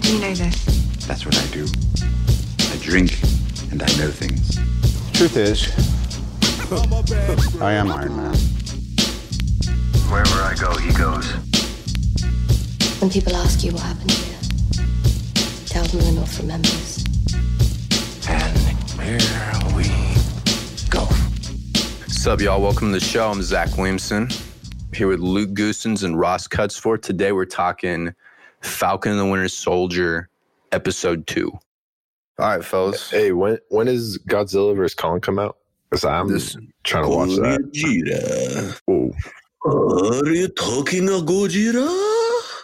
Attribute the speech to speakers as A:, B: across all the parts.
A: do you know this?
B: That's what I do. I drink and I know things.
C: Truth is, I am Iron Man.
B: Wherever I go, he goes.
D: When people ask you what happened here, tell them the North remembers.
B: And here we go.
E: Sup, y'all. Welcome to the show. I'm Zach Williamson here with Luke Goosens and Ross Cutsford. Today we're talking Falcon and the Winter Soldier, Episode 2. All right, fellas.
F: Hey, when when is Godzilla vs Kong come out? Because I'm
G: This-
F: trying to watch that.
G: Gojira.
F: Ooh.
G: Are you talking a Gojira?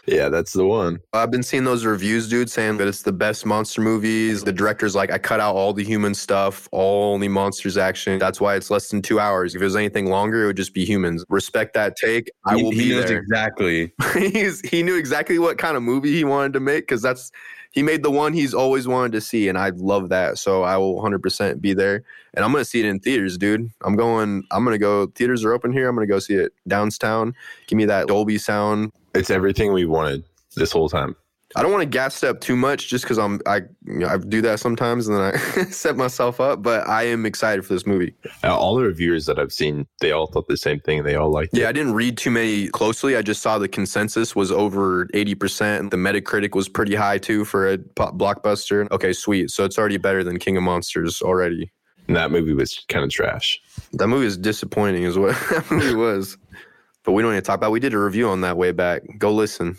F: Yeah, that's the one.
E: I've been seeing those reviews, dude, saying that it's the best monster movies. The director's like, I cut out all the human stuff, all only monsters action. That's why it's less than two hours. If it was anything longer, it would just be humans. Respect that take. I
G: He-
E: will
G: he
E: be
G: knows
E: there.
G: exactly.
E: he's, he knew exactly what kind of movie he wanted to make because that's he made the one he's always wanted to see, and I love that. So I will 100% be there, and I'm gonna see it in theaters, dude. I'm going. I'm gonna go. Theaters are open here. I'm gonna go see it downtown. Give me that Dolby sound.
F: It's everything we wanted this whole time.
E: I don't want to gas step too much just because I'm I you know, I do that sometimes and then I set myself up. But I am excited for this movie.
F: Uh, all the reviewers that I've seen, they all thought the same thing. They all liked
E: Yeah, I
F: it.
E: didn't read too many closely. I just saw the consensus was over 80%. The Metacritic was pretty high too for a pop blockbuster. Okay, sweet. So it's already better than King of Monsters already.
F: And that movie was kind of trash.
E: That movie is disappointing, is what that movie was. But we don't need to talk about. We did a review on that way back. Go listen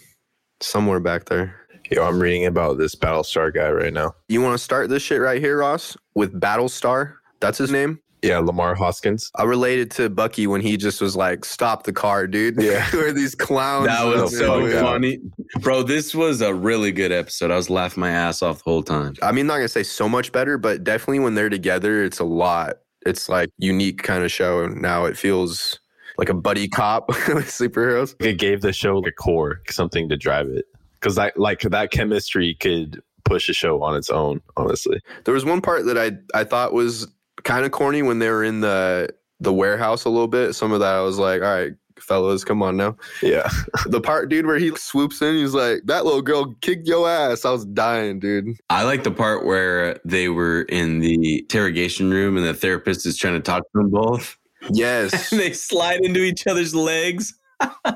E: somewhere back there.
F: Yo, I'm reading about this Battlestar guy right now.
E: You want to start this shit right here, Ross, with Battlestar? That's his name.
F: Yeah, Lamar Hoskins.
E: I related to Bucky when he just was like, "Stop the car, dude."
F: Yeah.
E: Who are these clowns?
G: That was
F: the
G: so
F: fuck out.
G: funny. Bro, this was a really good episode. I was laughing my ass off the whole time.
E: I mean, not gonna say so much better, but definitely when they're together, it's a lot. It's like unique kind of show now. It feels like a buddy cop with superheroes.
F: It gave the show like a core, something to drive it. Because that, like, that chemistry could push a show on its own, honestly.
E: There was one part that I I thought was kind of corny when they were in the the warehouse a little bit. Some of that I was like, all right. Fellas, come on now.
F: Yeah.
E: The part, dude, where he swoops in, he's like, "That little girl kicked your ass." I was dying, dude.
G: I like the part where they were in the interrogation room and the therapist is trying to talk to them both.
E: Yes,
G: And they slide into each other's legs.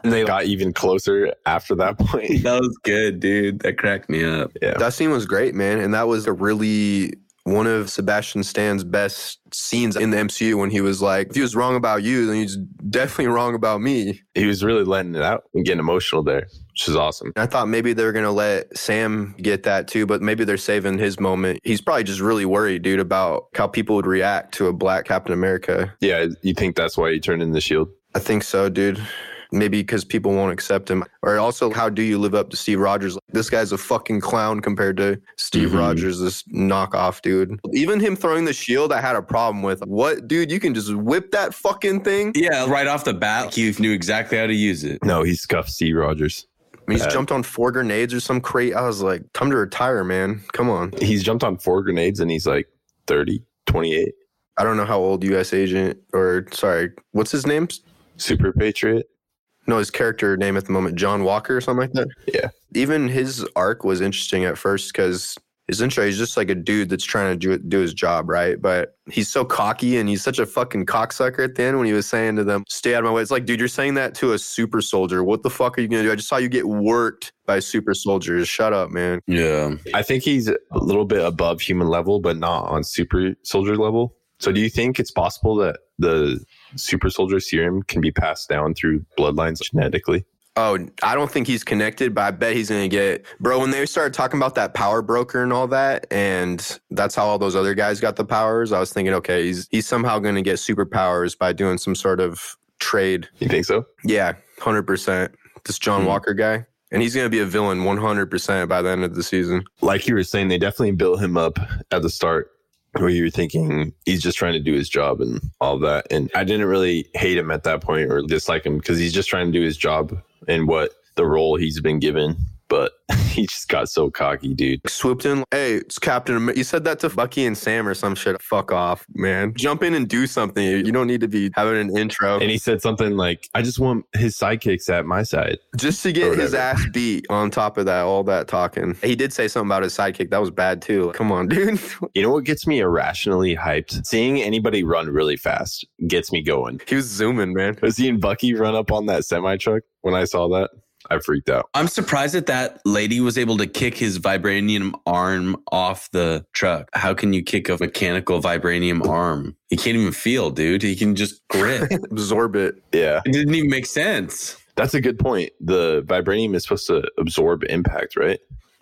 F: And they got even closer after that point.
G: That was good, dude. That cracked me up.
E: That scene was great, man. And that was a really one of Sebastian Stan's best scenes in the MCU when he was like, if he was wrong about you, then he's definitely wrong about me.
F: He was really letting it out and getting emotional there, which is awesome.
E: And I thought maybe they were going to let Sam get that too, but maybe they're saving his moment. He's probably just really worried, dude, about how people would react to a black Captain America.
F: Yeah, you think that's why he turned in the shield?
E: I think so, dude. Maybe because people won't accept him. Or also, how do you live up to Steve Rogers? This guy's a fucking clown compared to Steve
G: Mhm.
E: Rogers, this knockoff dude. Even him throwing the shield, I had a problem with. What, dude? You can just whip that fucking thing?
G: Yeah, right off the bat, he knew exactly how to use it.
F: No, he scuffed Steve Rogers.
E: I mean, he's
F: Yeah.
E: jumped on four grenades or some crate. I was like, time to retire, man. Come on.
F: He's jumped on four grenades and he's like 30, 28.
E: I don't know how old U.S. agent or, sorry, what's his name?
F: Super Patriot.
E: No, his character name at the moment, John Walker or something like that.
F: Yeah.
E: Even his arc was interesting at first because his intro, he's just like a dude that's trying to do, do his job, right? But he's so cocky and he's such a fucking cocksucker at the end when he was saying to them, stay out of my way. It's like, dude, you're saying that to a super soldier. What the fuck are you going to do? I just saw you get worked by super soldiers. Shut up, man.
G: Yeah.
F: I think he's a little bit above human level, but not on super soldier level. So do you think it's possible that the super soldier serum can be passed down through bloodlines genetically?
E: Oh, I don't think he's connected, but I bet he's gonna get bro. When they started talking about that power broker and all that, and that's how all those other guys got the powers. I was thinking, okay, he's he's somehow gonna get superpowers by doing some sort of trade.
F: You think so?
E: Yeah, hundred percent. This John
G: Hmm.
E: Walker guy, and he's gonna be a villain one hundred percent by the end of the season.
F: Like you were saying, they definitely built him up at the start where you were thinking he's just trying to do his job and all that. And I didn't really hate him at that point or dislike him because he's just trying to do his job and what the role he's been given. but he just got so cocky, dude.
E: swooped in. Hey, it's Captain. Amer- you said that to Bucky and Sam or some shit. Fuck off, man. Jump in and do something. You don't need to be having an intro
F: And he said something like, I just want his sidekicks at my side.
E: just to
F: Or
E: get
F: whatever.
E: his ass beat. On top of that, all that talking, he did say something about his sidekick. That was bad too. Come on, dude.
F: You know what gets me irrationally hyped? Seeing anybody run really fast gets me going.
E: he was zooming, man.
F: But seeing Bucky run up on that semi truck when I saw that, I freaked out.
G: I'm surprised that that lady was able to kick his vibranium arm off the truck. How can you kick a mechanical vibranium arm? He can't even feel, dude. He can just grip. it
E: Absorb it.
F: Yeah.
G: didn't even make sense.
F: That's a good point. The vibranium is supposed to absorb impact, right?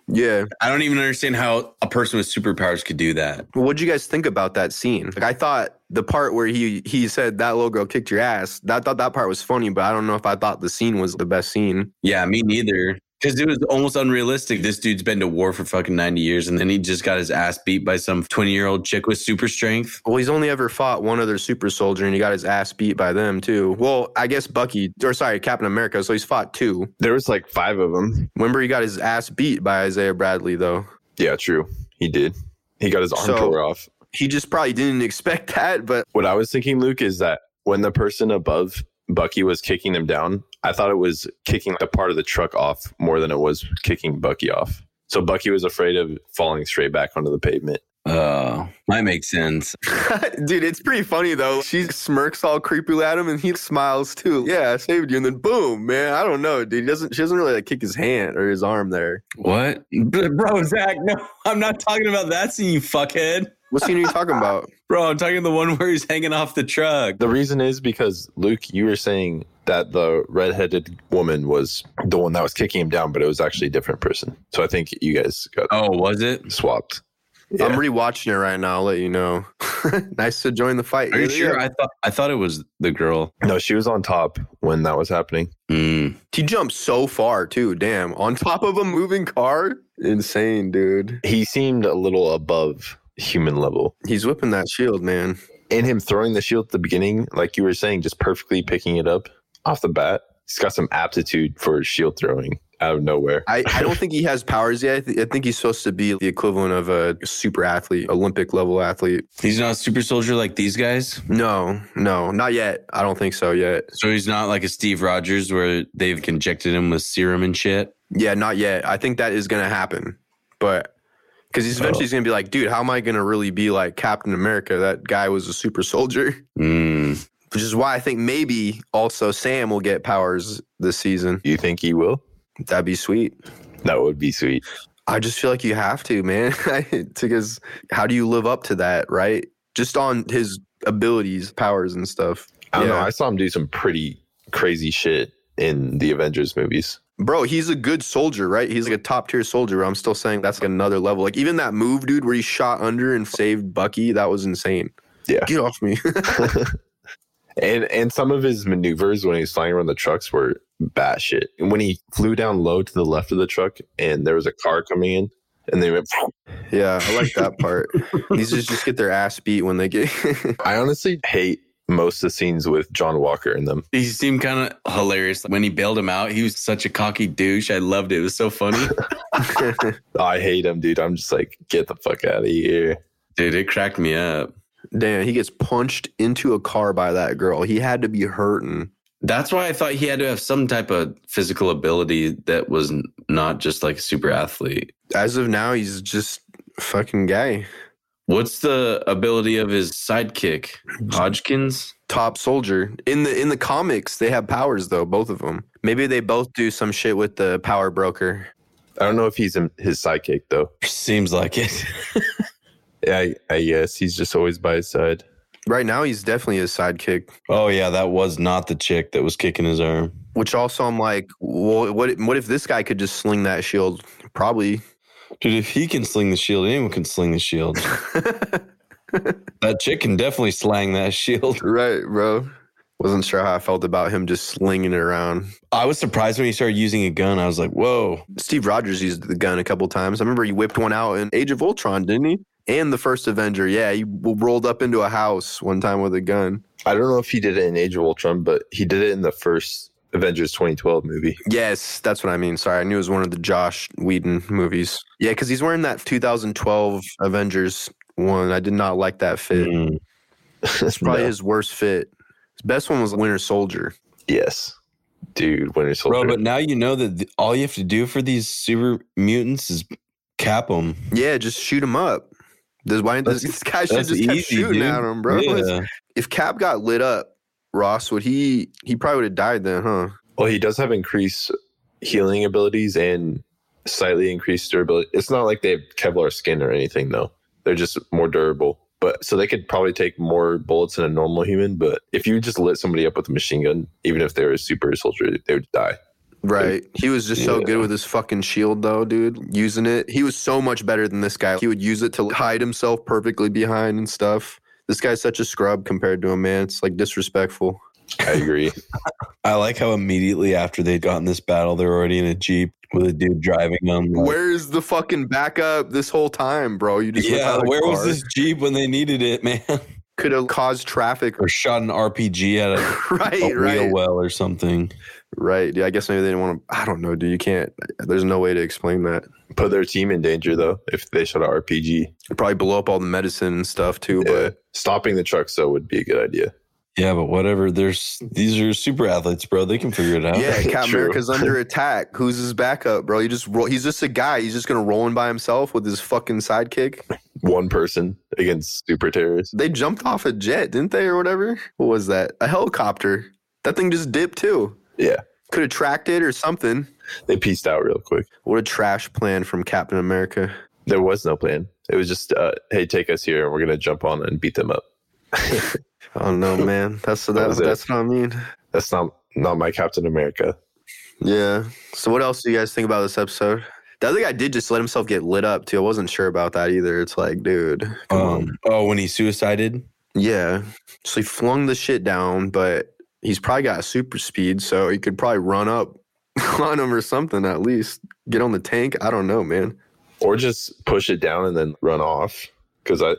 E: Yeah.
G: I don't even understand how a person with superpowers could do that.
E: What'd you guys think about that scene? Like, I thought the part where he he said that little girl kicked your ass. That I thought that part was funny, but I don't know if I thought the scene was the best scene.
G: Yeah, me neither. Because it was almost unrealistic. This dude's been to war for fucking 90 years and then he just got his ass beat by some 20 year old chick with super strength.
E: Well, he's only ever fought one other super soldier, and he got his ass beat by them too. Well, I guess Bucky, or sorry, Captain America. So he's fought two.
F: There was like five of them.
E: Remember, he got his ass beat by Isaiah Bradley though.
F: Yeah, true. He did. He got his arm
E: So-
F: tore off.
E: He just probably didn't expect that, but
F: What I was thinking, Luke, is that when the person above Bucky was kicking him down, I thought it was kicking the part of the truck off more than it was kicking Bucky off. So Bucky was afraid of falling straight back onto the pavement.
G: Oh, that makes sense.
E: dude, it's pretty funny though. She smirks all creepily at him, and he smiles too. Yeah, I saved you, and then boom, man. I don't know, dude. He doesn't she doesn't really like kick his hand or his arm there?
G: What? Bro, Zach, no, I'm not talking about that scene, you fuckhead.
E: What scene are you talking about?
G: Bro, I'm talking the one where he's hanging off the truck.
F: The reason is because Luke, you were saying that the redheaded woman was the one that was kicking him down, but it was actually a different person. So I think you guys got
G: Oh, was it?
F: swapped. Yeah.
E: I'm rewatching it right now. I'll let you know. nice to join the fight.
G: Are you
E: Yeah,
G: sure?
E: yeah.
G: I thought I thought it was the girl.
F: No, she was on top when that was happening.
G: Mm.
E: He jumped so far too. Damn, on top of a moving car. Insane, dude.
F: He seemed a little above human level.
E: He's whipping that shield, man.
F: And him throwing the shield at the beginning, like you were saying, just perfectly picking it up off the bat. He's got some aptitude for shield throwing out of nowhere.
E: I, I don't think he has powers yet. I, th- I think he's supposed to be the equivalent of a super athlete, Olympic level athlete.
G: He's not a super soldier like these guys.
E: No, no, not yet. I don't think so yet.
G: So he's not like a Steve Rogers where they've injected him with serum and shit.
E: Yeah, not yet. I think that is going to happen. But because he's
F: Oh.
E: eventually going to be like, dude, how am I going to really be like Captain America? That guy was a super soldier.
G: Mm.
E: which is why I think maybe also Sam will get powers this season.
F: you think he will?
E: That'd be sweet.
F: That would be sweet.
E: I just feel like you have to, man, because how do you live up to that, right? Just on his abilities, powers, and stuff.
F: I don't know.
E: Yeah.
F: I saw him do some pretty crazy shit in the Avengers movies.
E: Bro, he's a good soldier, right? He's like a top tier soldier. but I'm still saying that's like another level. Like even that move, dude, where he shot under and saved Bucky, that was insane.
F: Yeah.
E: Get off me.
F: And and some of his maneuvers when he was flying around the trucks were batshit. And when he flew down low to the left of the truck and there was a car coming in and they went
E: yeah, I like that part. These just, just get their ass beat when they get
F: I honestly hate most of the scenes with John Walker in them.
G: He seemed kind of hilarious when he bailed him out. He was such a cocky douche. I loved it. It was so funny,
F: I hate him, dude. I'm just like, get the fuck out of here.
G: dude. It cracked me up.
E: Damn, he gets punched into a car by that girl. He had to be hurting.
G: That's why I thought he had to have some type of physical ability that was n- not just like a super athlete.
E: As of now, he's just fucking gay.
G: What's the ability of his sidekick, Hodgkins?
E: Top soldier. In the in the comics, they have powers though, both of them. Maybe they both do some shit with the power broker.
F: I don't know if he's in his sidekick though.
G: Seems like it.
F: Yeah, I, I guess he's just always by his side.
E: Right now, he's definitely his sidekick.
G: Oh yeah, that was not the chick that was kicking his arm.
E: Which also, I'm like, well, what what if this guy could just sling that shield? Probably.
G: Dude, if he can sling the shield, anyone can sling the shield. that chick can definitely slang that shield.
E: Right, bro. Wasn't sure how I felt about him just slinging it around.
G: I was surprised when he started using a gun. I was like, whoa.
E: Steve Rogers used the gun a couple times. I remember he whipped one out in Age of Ultron, didn't he? And the first Avenger. Yeah, he w- rolled up into a house one time with a gun.
F: I don't know if he did it in Age of Ultron, but he did it in the first Avengers 2012 movie.
E: Yes, that's what I mean. Sorry, I knew it was one of the Josh Whedon movies. Yeah, because he's wearing that 2012 Avengers one. I did not like that fit. It's probably
F: No.
E: his worst fit. His best one was Winter Soldier.
F: Yes. Dude, Winter Soldier.
G: Bro, but now you know that th- all you have to do for these super mutants is cap them.
E: Yeah, just shoot him up. This, why, this,
G: That's-
E: this guy should
G: That's
E: just kept
G: easy,
E: shooting
G: dude.
E: at him, bro.
G: Yeah.
E: If Cap got lit up, Ross would he? He probably would have died then, huh?
F: well, he does have increased healing abilities and slightly increased durability. It's not like they have Kevlar skin or anything, though. They're just more durable. But so they could probably take more bullets than a normal human. But if you just lit somebody up with a machine gun, even if they were a super soldier, they would die.
E: Right. He was just so
F: Yeah.
E: good with his fucking shield, though, dude. Using it. He was so much better than this guy. He would use it to hide himself perfectly behind and stuff. This guy's such a scrub compared to him, man. It's like disrespectful.
F: I agree.
G: I like how immediately after they'd gotten this battle, they're already in a jeep with a dude driving them. like,
E: Where's the fucking backup this whole time, bro? You just
G: yeah, where was this jeep when they needed it, man?
E: Could have caused traffic.
G: or shot an RPG at a, a
E: right,
G: wheel
E: right,
G: well or something.
E: right. Yeah, I guess maybe they didn't want to. I don't know, dude. You can't. There's no way to explain that.
F: Put their team in danger, though, if they shot an RPG.
E: It'd probably blow up all the medicine and stuff too.
F: Yeah.
E: But
F: Stopping the trucks, though, would be a good idea.
G: Yeah, but whatever. There's these are super athletes, bro. They can figure it out.
E: Yeah, Cap
F: True.
E: America's under attack. Who's his backup, bro? You just roll, he's just a guy. He's just gonna roll in by himself with his fucking sidekick.
F: One person against super terrorists.
E: They jumped off a jet, didn't they, or whatever? What was that? A helicopter. That thing just dipped too.
F: Yeah.
E: Could have tracked it or something.
F: They pieced out real quick.
E: What a trash plan from Captain America.
F: There was no plan. It was just, uh, hey, take us here and we're going to jump on and beat them up.
E: I don't know, man. That's that,
F: was it.
E: that's what I mean.
F: That's not not my Captain America.
E: Yeah. So what else do you guys think about this episode? The other guy did just let himself get lit up too. I wasn't sure about that either. It's like, dude, come on.
G: Um, oh, when he suicided.
E: Yeah. So he flung the shit down, but he's probably got super speed, so he could probably run up on him or something at least. Get on the tank. I don't know, man.
F: Or just push it down and then run off. Because I,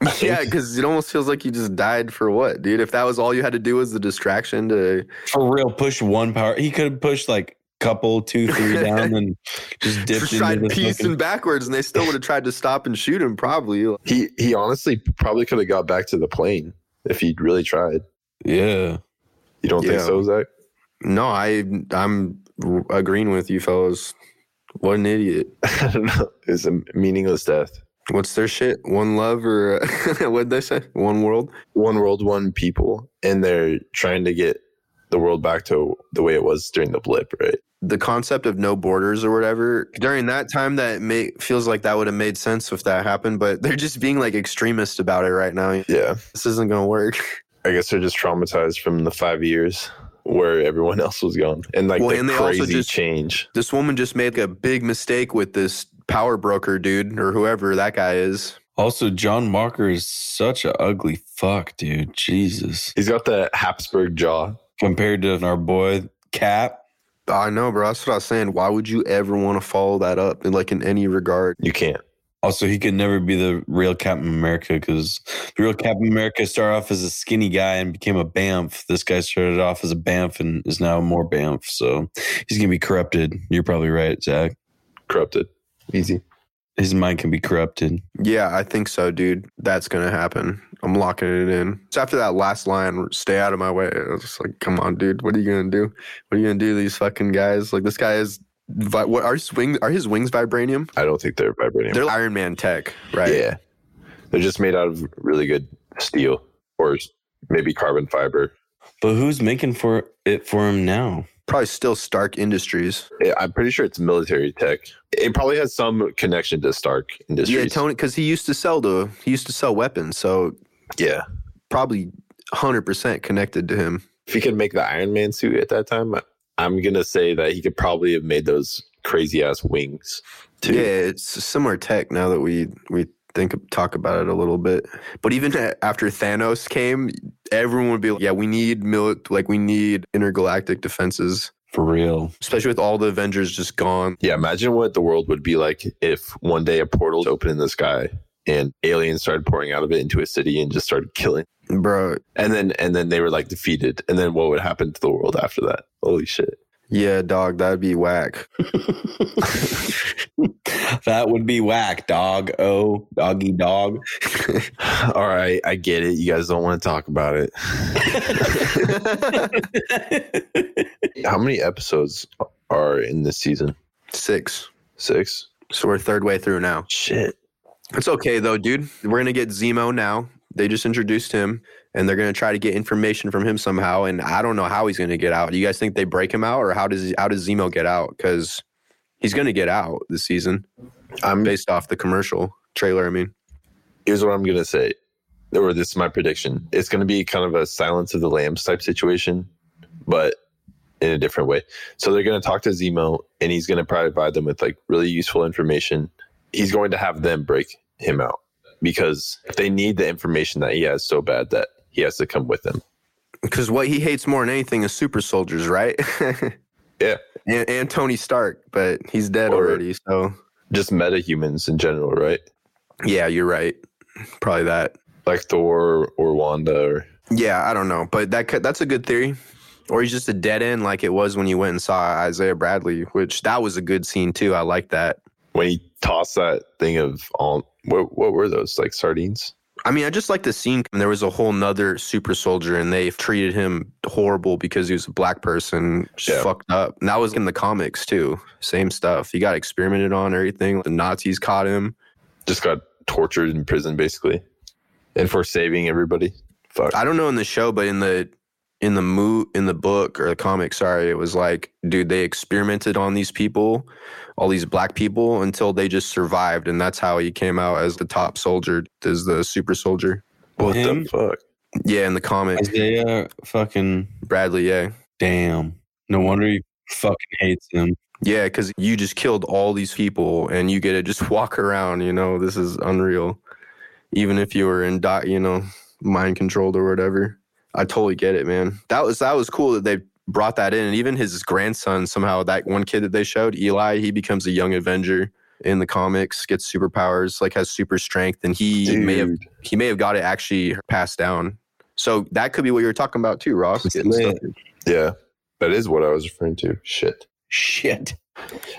F: I think-
E: Yeah, because it almost feels like you just died for what, dude? If that was all you had to do was the distraction to
G: For real, push one power. He could have pushed like couple, two, three down and just dipped
E: tried
G: into the
E: piecing
G: fucking-
E: backwards and they still would have tried to stop and shoot him probably.
F: he he honestly probably could have got back to the plane if he'd really tried.
G: Yeah.
F: You don't think
E: Yeah.
F: so, Zach?
E: No, I I'm r- agreeing with you fellas. What an idiot.
F: I don't know. It was a meaningless death.
E: What's their shit? One love or uh, what'd they say? One world?
F: One world, one people, and they're trying to get the world back to the way it was during the blip, right?
E: the concept of no borders or whatever during that time that may, feels like that would have made sense if that happened but they're just being like extremist about it right now
F: Yeah.
E: this isn't gonna work
F: I guess they're just traumatized from the five years where everyone else was gone, and like
E: Well,
F: the
E: and they also
F: crazy
E: just-
F: change.
E: this woman just made a big mistake with this power broker dude or whoever that guy is
G: Also, John Walker is such a ugly fuck, dude. Jesus.
F: He's got the Habsburg jaw.
G: Compared to our boy Cap.
E: i know bro that's what i was saying why would you ever want to follow that up in like in any regard
F: You can't.
G: Also, he could never be the real Captain America because the real Captain America started off as a skinny guy and became a BAMF. This guy started off as a BAMF and is now more BAMF. So he's going to be corrupted. You're probably right, Zach.
F: Corrupted. Easy.
G: His mind can be corrupted.
E: yeah i think so dude that's gonna happen i'm locking it in it's after that last line stay out of my way i was just like come on dude what are you gonna do what are you gonna do to these fucking guys like this guy is vi- what are his wings are his wings vibranium
F: I don't think they're vibranium.
E: they're iron man tech right
F: Yeah. They're just made out of really good steel or maybe carbon fiber.
G: But who's making for it for him now?
E: probably still stark industries
F: I- I'm pretty sure it's military tech. It probably has some connection to Stark Industries.
E: yeah tony because he used to sell to he used to sell weapons so
F: Yeah.
E: probably 100% connected to him
F: If he could make the Iron Man suit at that time, I- I'm going to say that he could probably have made those crazy ass wings too.
E: Yeah, it's a similar tech now that we we think talk about it a little bit. But even a- after Thanos came, everyone would be like, "Yeah, we need mil- like we need intergalactic defenses."
G: For real.
E: Especially with all the Avengers just gone.
F: Yeah, imagine what the world would be like if one day a portal opened in the sky and aliens started pouring out of it into a city and just started killing.
E: Bro,
F: And then and then they were like defeated. And then what would happen to the world after that? Holy shit.
E: Yeah, dog, that'd be whack.
G: that would be whack, dog. Oh, doggy dog.
F: All right, I get it. You guys don't want to talk about it. How many episodes are in this season?
E: Six.
F: Six?
E: So we're third way through now.
F: Shit.
E: It's okay though, dude. We're gonna get Zemo now. They just introduced him, and they're gonna try to get information from him somehow. And I don't know how he's gonna get out. Do you guys think they break him out, or how does how does Zemo get out? Because he's gonna get out this season. I'm based off the commercial trailer. I mean,
F: Here's what I'm going to say, or this is my prediction. It's going to be kind of a silence of the lambs type situation, but in a different way. So they're going to talk to Zemo, and he's going to provide them with like really useful information. He's going to have them break him out because they need the information that he has so bad that he has to come with them.
E: because what he hates more than anything is super soldiers, right?
F: Yeah.
E: and, and Tony Stark, but he's dead
F: Or-
E: already. So
F: Just meta humans in general, right?
E: yeah, you're right. Probably that.
F: Like Thor or Wanda or
E: Yeah, I don't know, but that could, that's a good theory. Or he's just a dead end, like it was when you went and saw Isaiah Bradley, which that was a good scene too. I like that.
F: when he tossed that thing of all what what were those like sardines?
E: I mean, I just like the scene. There was a whole nother super soldier, and they treated him horrible because he was a black person, just
F: Yeah.
E: fucked up. And that was in the comics too. Same stuff. He got experimented on, and everything. The Nazis caught him.
F: Just got tortured in prison basically, and for saving everybody. Fuck.
E: I don't know in the show, but in the in the mo- in the book or the comic, sorry, it was like, dude, they experimented on these people, all these black people, until they just survived, and that's how he came out as the top soldier, as the super soldier.
F: what
G: Him?
F: the fuck?
E: Yeah, in the comic,
G: Isaiah fucking
E: Bradley. Yeah,
G: damn. No wonder he fucking hates him.
E: yeah, because you just killed all these people, and you get to just walk around. You know, this is unreal. Even if you were in dot, you know, mind controlled or whatever. I totally get it, man. That was that was cool that they brought that in. And even his grandson somehow, that one kid that they showed, Eli, he becomes a young Avenger in the comics, gets superpowers, like has super strength, and he may have
F: Dude.
E: he may have got it actually passed down. So that could be what you were talking about too, Ross.
G: It's
E: getting stuff.
F: Yeah, that is what I was referring to. Shit.
G: Shit.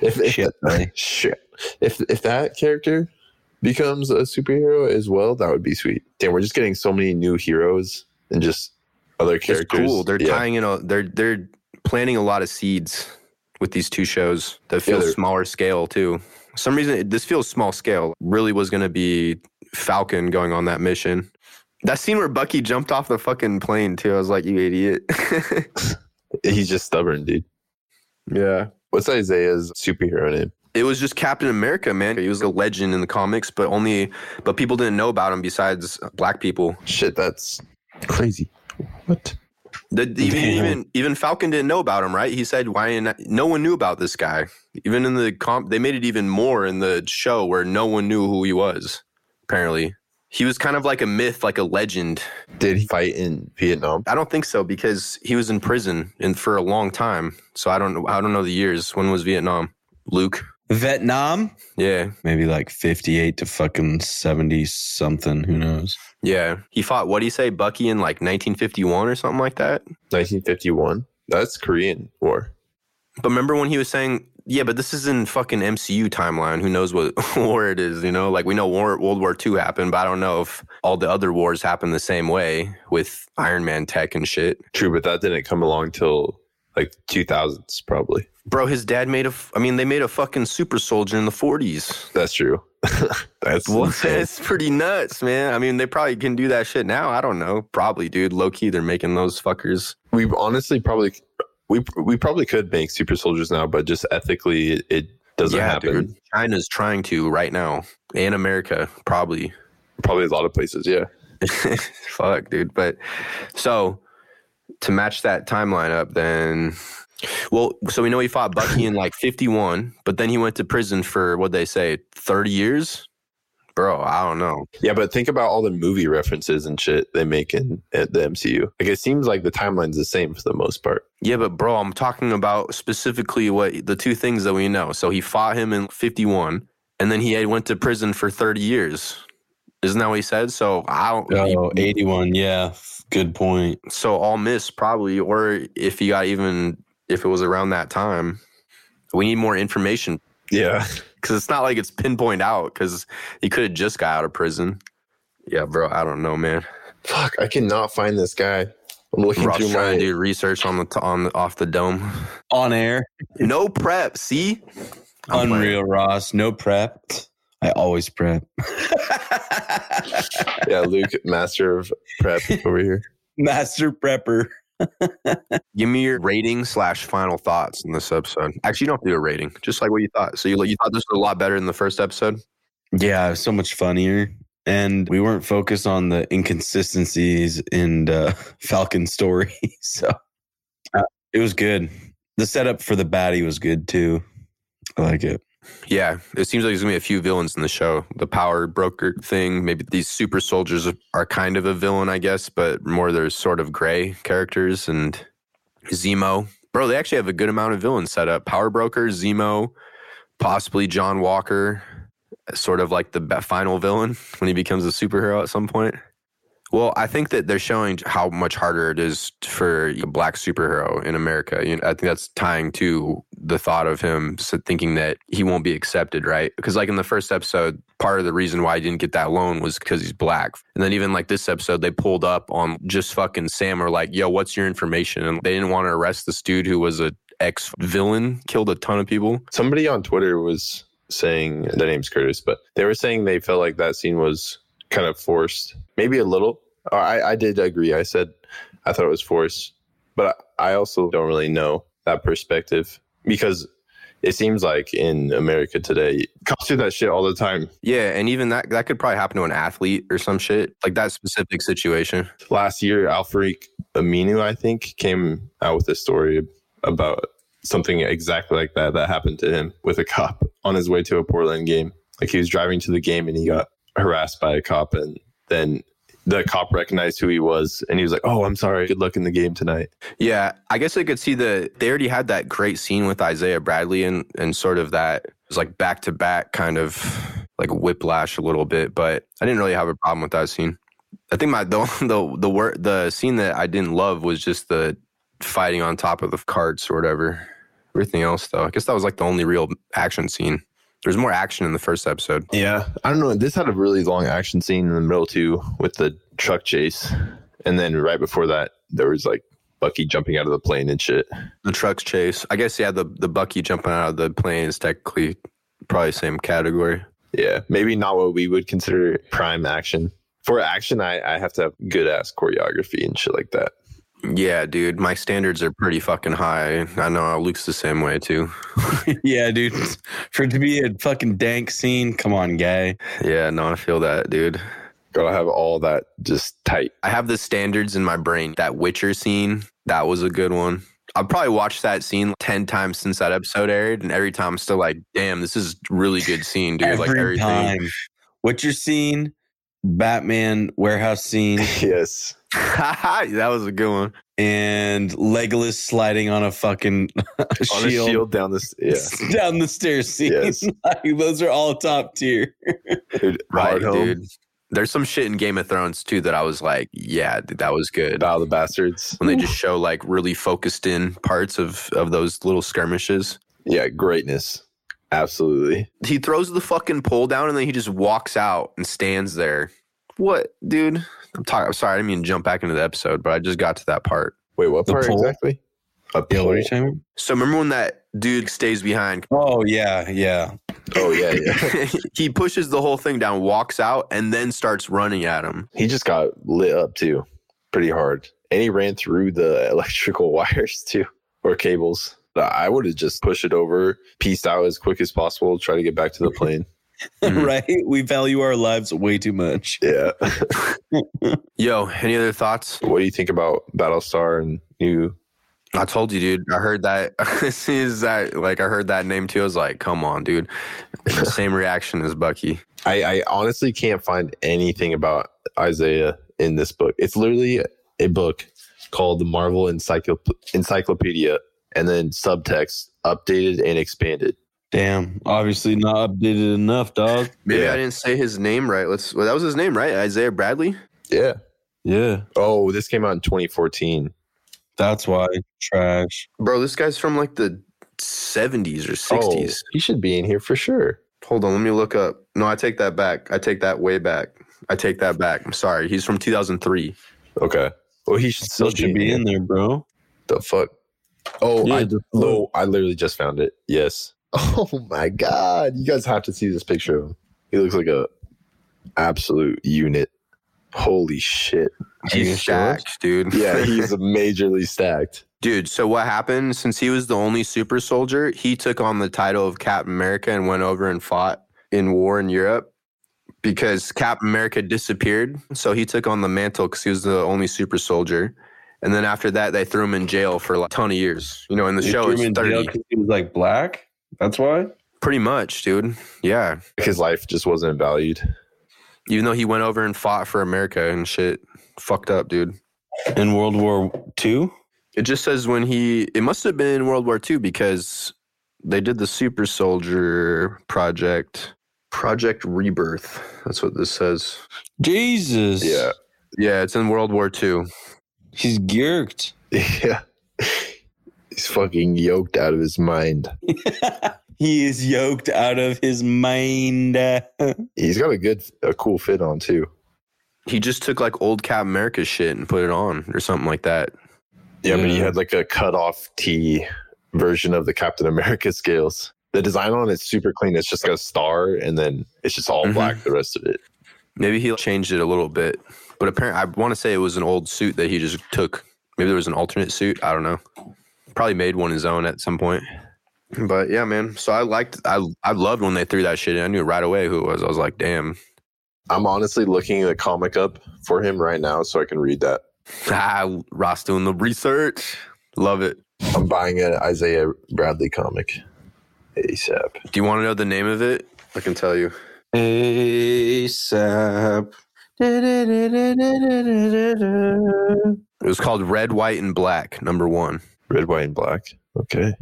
F: If, if
G: Shit. buddy.
F: Shit. If if that character becomes a superhero as well, that would be sweet. Damn, we're just getting so many new heroes and just other
E: It's
F: characters.
E: cool. They're
F: Yeah.
E: tying in a they're they're planting a lot of seeds with these two shows that feel
F: they're-
E: smaller scale too. For some reason this feels small scale. Really was gonna be Falcon going on that mission. That scene where Bucky jumped off the fucking plane too. I was like, you idiot.
F: He's just stubborn, dude.
E: yeah.
F: What's Isaiah's superhero name?
E: It was just Captain America, man. He was a legend in the comics, but only but people didn't know about him besides black people.
F: Shit, that's crazy. What?
E: The, even
G: Damn.
E: even even Falcon didn't know about him, right? He said, "Why?" didn't I-" no one knew about this guy. Even in the comp, they made it even more in the show where no one knew who he was. Apparently, he was kind of like a myth, like a legend.
F: Did he fight in Vietnam?
E: I don't think so because he was in prison and for a long time. So I don't know. I don't know the years. When was Vietnam? Luke.
G: Vietnam?
E: Yeah,
G: Maybe like 58 to fucking 70 something. Who knows?
E: yeah. He fought. What do you say, Bucky, in like 1951 or something like that?
F: 1951? That's Korean War.
E: But remember when he was saying, "Yeah, but this is in fucking MCU timeline. Who knows what war it is? You know, like we know war, World War II happened, but I don't know if all the other wars happened the same way with Iron Man tech and shit."
F: True, but that didn't come along till like 2000s, probably.
E: Bro, his dad made a. f- I mean, they made a fucking super soldier in the forties.
F: That's true. that's
E: Well,
F: insane.
E: it's pretty nuts, man. I mean, they probably can do that shit now. I don't know. Probably, dude. Low key, they're making those fuckers.
F: we honestly probably we we probably could make super soldiers now, but just ethically, it, it doesn't happen.
E: dude. China's trying to right now, and America probably.
F: Probably a lot of places. Yeah,
E: Fuck, dude. But so to match that timeline up, then well, so we know he fought Bucky in like '51, but then he went to prison for what they say 30 years. Bro, I don't know.
F: yeah. But think about all the movie references and shit they make in at the MCU. Like it seems like the timeline's the same for the most part.
E: Yeah, but bro, I'm talking about specifically what the two things that we know. So he fought him in 51, and then he had went to prison for 30 years. Isn't that what he said? So I don't.
G: Oh, 81. Yeah. Good point.
E: so all miss probably, or if he got even if it was around that time. We need more information
F: Yeah.
E: because it's not like it's pinpoint out because he could have just got out of prison. Yeah, bro, I don't know, man.
F: Fuck, I cannot find this guy. I'm looking
E: Rob's
F: through
E: trying to
F: my.
E: do research on the t- on the, off the dome.
G: On air.
E: No prep. See, I'm like-
G: Unreal, Ross. No prep. I always prep.
F: Yeah, Luke, master of prep over here.
G: Master prepper.
E: Give me your rating slash final thoughts in this episode. Actually, you don't have to do a rating, just like what you thought. So you, you thought this was a lot better than the first episode.
G: Yeah, it was so much funnier. And we weren't focused on the inconsistencies in uh, Falcon's story. So uh, it was good. The setup for the baddie was good too. I like it.
E: Yeah, it seems like there's gonna be a few villains in the show. The power broker thing. Maybe these super soldiers are kind of a villain, I guess, but more they're sort of gray characters and Zemo. Bro, they actually have a good amount of villains set up. Power broker, Zemo, possibly John Walker, sort of like the be- final villain when he becomes a superhero at some point. Well, I think that they're showing how much harder it is for a black superhero in America. You know, I think that's tying to the thought of him s- thinking that he won't be accepted, right? Because, like in the first episode, part of the reason why he didn't get that loan was because he's black. And then, even like this episode, they pulled up on just fucking Sam or like, yo, what's your information? And they didn't want to arrest this dude who was a ex villain, killed a ton of people.
F: Somebody on Twitter was saying their name's Curtis, but they were saying they felt like that scene was kind of forced, maybe a little. Uh, I, I did agree. I said I thought it was forced, but I also don't really know that perspective because it seems like in America today, cops do that shit all the time.
E: Yeah. And even that, that could probably happen to an athlete or some shit, like that specific situation.
F: last year Alfred Aminu, I think, came out with a story about something exactly like that that happened to him with a cop on his way to a Portland game. Like he was driving to the game and he got harassed by a cop and then the cop recognized who he was and he was like, Oh, I'm sorry, good luck in the game tonight.
E: Yeah, I guess I could see the they already had that great scene with Isaiah Bradley and and sort of that it was like back to back kind of like whiplash a little bit, but I didn't really have a problem with that scene. I think my the the the wor- the scene that I didn't love was just the fighting on top of the carts or whatever. Everything else though, I guess that was like the only real action scene. There's more action in the first episode.
F: Yeah. I don't know. This had a really long action scene in the middle too with the truck chase. And then right before that, there was like Bucky jumping out of the plane and shit.
E: The trucks chase. I guess yeah, the the Bucky jumping out of the plane is technically probably same category.
F: Yeah, maybe not what we would consider prime action. For action, I, I have to have good ass choreography and shit like that.
E: Yeah, dude, my standards are pretty fucking high. I know Luke's the same way too.
G: yeah, dude. For it to be a fucking dank scene, come on, guy.
E: Yeah, no, I feel that, dude.
F: Gotta have all that just tight.
E: I have the standards in my brain. That Witcher scene, that was a good one. I've probably watched that scene 10 times since that episode aired, and every time I'm still like, damn, this is really good scene, dude. like
G: Every
E: everything.
G: time. What you're seeing, Batman warehouse scene,
F: yes.
E: that was a good one.
G: and Legolas sliding on a fucking
F: On
G: shield,
F: a shield down this. Yeah.
G: down the stairs scene.
F: Yes.
G: Like, those are all top tier.
F: Dude,
E: Right,
F: Hard Home,
E: dude. There's some shit in Game of Thrones too that I was like, yeah, dude, that was good.
F: Battle of the Bastards.
E: When they just show like really focused in parts of of those little skirmishes.
F: Yeah, greatness. Absolutely.
E: he throws the fucking pole down and then he just walks out and stands there. What, dude? I'm talking. I'm sorry, I didn't mean to jump back into the episode, but I just got to that part.
F: Wait, what
G: The
F: part
G: pole?
F: exactly? A
G: Yeah, what are
F: pole.
G: you talking about?
E: So remember when that dude stays behind?
G: Oh yeah, yeah.
F: Oh, yeah, yeah.
E: he pushes the whole thing down, walks out, and then starts running at him.
F: he just got lit up too, pretty hard. And he ran through the electrical wires too, or cables. I would have just pushed it over, pieced out as quick as possible, try to get back to the plane.
E: Mhm.
G: right? We value our lives way too much.
F: Yeah.
E: Yo, any other thoughts?
F: What do you think about Battlestar and you?
E: I told you, dude. I heard that. as soon as that, like, I heard that name too. I was like, come on, dude. The same reaction as Bucky.
F: I, I honestly can't find anything about Isaiah in this book. It's literally a book called the Marvel Encyclop- Encyclopedia and then subtext updated and expanded.
G: Damn. Obviously not updated enough, dog.
E: Maybe
F: Yeah.
E: I didn't say his name right. Let's. Well, that was his name, right? Isaiah Bradley.
F: Yeah.
G: Yeah.
F: Oh, this came out in 2014.
G: That's why trash.
E: Bro, this guy's from like the 70s or 60s.
F: Oh, he should be in here for sure.
E: Oh, Hold on, let me look up. No, I take that back. I take that way back. I take that back. I'm sorry. He's from 2003.
F: Okay. Well, he should
G: Still
F: still
G: should be in there, bro.
F: The fuck? Oh,
G: Yeah,
F: I,
G: the fuck.
F: oh, I literally just found it. Yes. Oh my god! You guys have to see this picture of him. He looks like a absolute unit. Holy shit!
E: He's
G: you
E: stacked, dude.
F: Yeah, he's majorly stacked.
E: Dude, so what happened since he was the only super soldier, he took on the title of Captain America and went over and fought in war in Europe because Captain America disappeared. So he took on the mantle because he was the only super soldier. And then after that, they threw him in jail for like a ton of years. You know, in the
G: They
E: show,
G: threw
E: it's
G: him in
E: 30.
G: jail 'cause he was like black. That's why.
E: Pretty much, dude. Yeah.
F: His life just wasn't valued.
E: Even though he went over and fought for America and shit. Fucked up, dude.
G: In World War Two.
E: It just says when he. It must have been World War II because they did the Super Soldier Project. Project Rebirth. That's what this says.
G: Jesus.
F: Yeah.
E: Yeah, it's in World War II.
G: He's geared.
F: Yeah, he's fucking yoked out of his mind.
G: he is yoked out of his mind.
F: He's got a good, a cool fit on too.
E: He just took like old Cap America shit and put it on or something like that.
F: Yeah, but he
G: Yeah.
F: had like a cut off T version of the Captain America scales. The design on it's super clean. It's just got a star, and then it's just all
E: Mhm.
F: black the rest of it.
E: Maybe he changed it a little bit, but apparently, I want to say it was an old suit that he just took. Maybe there was an alternate suit. I don't know. Probably made one his own at some point. But yeah, man. So I liked, I, I loved when they threw that shit in. I knew right away who it was. I was like, damn.
F: I'm honestly looking the comic up for him right now so I can read that.
E: Ah, Ross doing the research. Love it.
F: I'm buying an Isaiah Bradley comic ASAP.
E: Do you want to know the name of it? I can tell you.
G: ASAP.
E: It was called Red, White, and Black, number one.
F: Red, white, and black. Okay.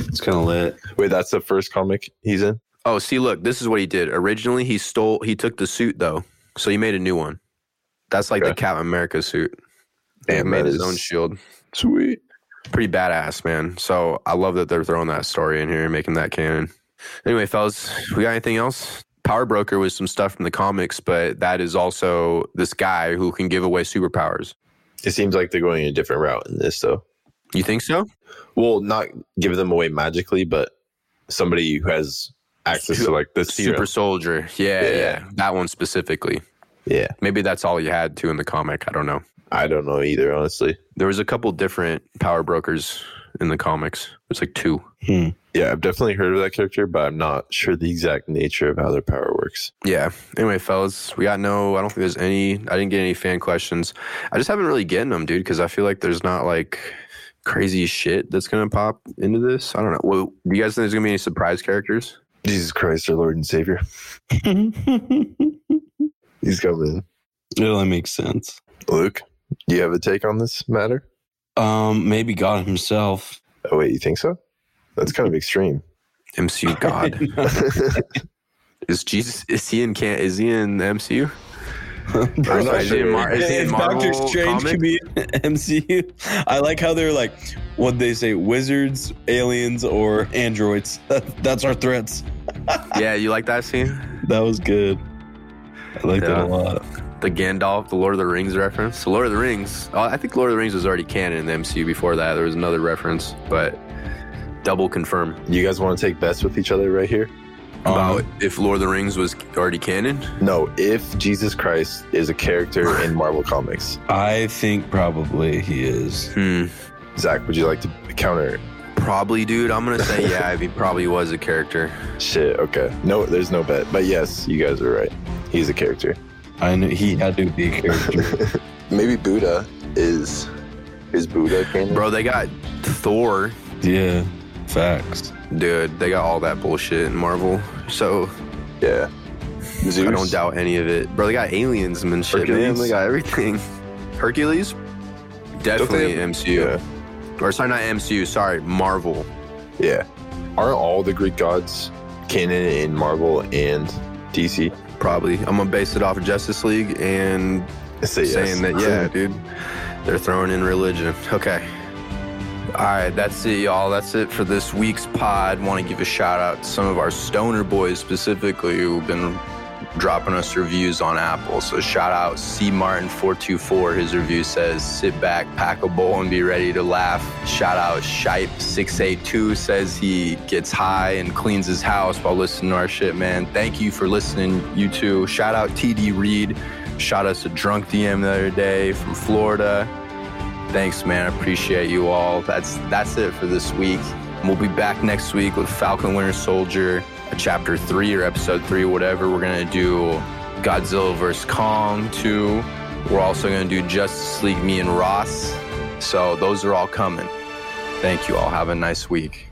G: It's kind of lit.
F: Wait, that's the first comic he's in?
E: Oh, see, look, this is what he did. Originally, he stole, he took the suit though. So he made a new one. That's like the
F: Okay.
E: Cap America suit. He
F: Damn,
E: made
F: that
E: his
F: is
E: own shield.
F: Sweet.
E: Pretty badass, man. So I love that they're throwing that story in here and making that canon. Anyway, fellas, we got anything else? Power Broker was some stuff from the comics, but that is also this guy who can give away superpowers.
F: It seems like they're going a different route in this, though.
E: You think so?
F: Well, not give them away magically, but somebody who has access to like the
E: Super
F: super.
E: Soldier. Yeah, yeah,
F: Yeah.
E: That one specifically.
F: Yeah.
E: Maybe that's all you had too in the comic. I don't know.
F: I don't know either, honestly.
E: There was a couple different power brokers in the comics. There's like two.
G: Hmm.
F: Yeah, I've definitely heard of that character, but I'm not sure the exact nature of how their power works.
E: Yeah. Anyway, fellas, we got no. I don't think there's any. I didn't get any fan questions. I just haven't really getting them, dude, because I feel like there's not like crazy shit that's gonna pop into this. I don't know. Well, do you guys think there's gonna be any surprise characters?
F: Jesus Christ, our Lord and Savior.
G: it
F: He's coming.
G: only makes sense.
F: Luke, do you have a take on this matter?
G: Um, maybe God himself.
F: Oh, wait, you think so? That's kind of extreme.
E: MCU God is Jesus? Is he in? Can is he in the MCU?
F: I'm
E: Or
F: not
E: is he in
F: sure.
E: Mar- is he in
G: If Doctor
E: Marvel
G: Strange
E: comics?
G: could be in MCU. I like how they're like, what they say, wizards, aliens, or androids. That's our threats.
E: yeah, you like that scene?
G: That was good. I like that
E: Yeah.
G: a lot.
E: The Gandalf, the Lord of the Rings reference. So Lord of the Rings, uh, I think Lord of the Rings was already canon in the MCU before that. There was another reference, but double confirm.
F: You guys want to take bets with each other right here?
G: Um,
F: Um,
E: About if Lord of the Rings was already canon?
F: No, if Jesus Christ is a character in Marvel Comics.
G: I think probably he is.
E: Hmm.
F: Zach, would you like to counter?
E: Probably, dude. I'm going to say, yeah, he probably was a character.
F: Shit, okay. No, there's no bet. But yes, you guys are right. He's a character.
G: I knew he had to be a character.
F: Maybe Buddha is. Is Buddha canon?
E: Bro, they got Thor,
G: yeah, facts.
E: dude. They got all that bullshit in Marvel. So
F: Yeah. Zeus?
E: I don't doubt any of it. Bro, they got aliens and shit, man.
F: Hercules?
E: They got everything. Hercules? Definitely
F: have-
E: MCU. Or sorry, not MCU. Sorry, Marvel.
F: Yeah. Aren't all the Greek gods canon in Marvel and DC?
E: Probably. I'm gonna base it off of Justice League and
F: Say yes.
E: saying that yeah, dude, they're throwing in religion. Okay, All right, that's it, y'all. That's it for this week's pod. Want to give a shout out to some of our stoner boys specifically who've been dropping us reviews on Apple. So shout out C Martin 424. His review says, "Sit back, pack a bowl, and be ready to laugh." Shout out Shipe 682 says he gets high and cleans his house while listening to our shit, man. Thank you for listening, you two. Shout out TD Reed. Shot us a drunk DM the other day from Florida. Thanks, man. I appreciate you all. That's that's it for this week. We'll be back next week with Falcon Winter Soldier chapter three or episode three, whatever. We're gonna do Godzilla vs Kong two. We're also gonna do Justice League, me and Ross. So those are all coming. Thank you all. Have a nice week.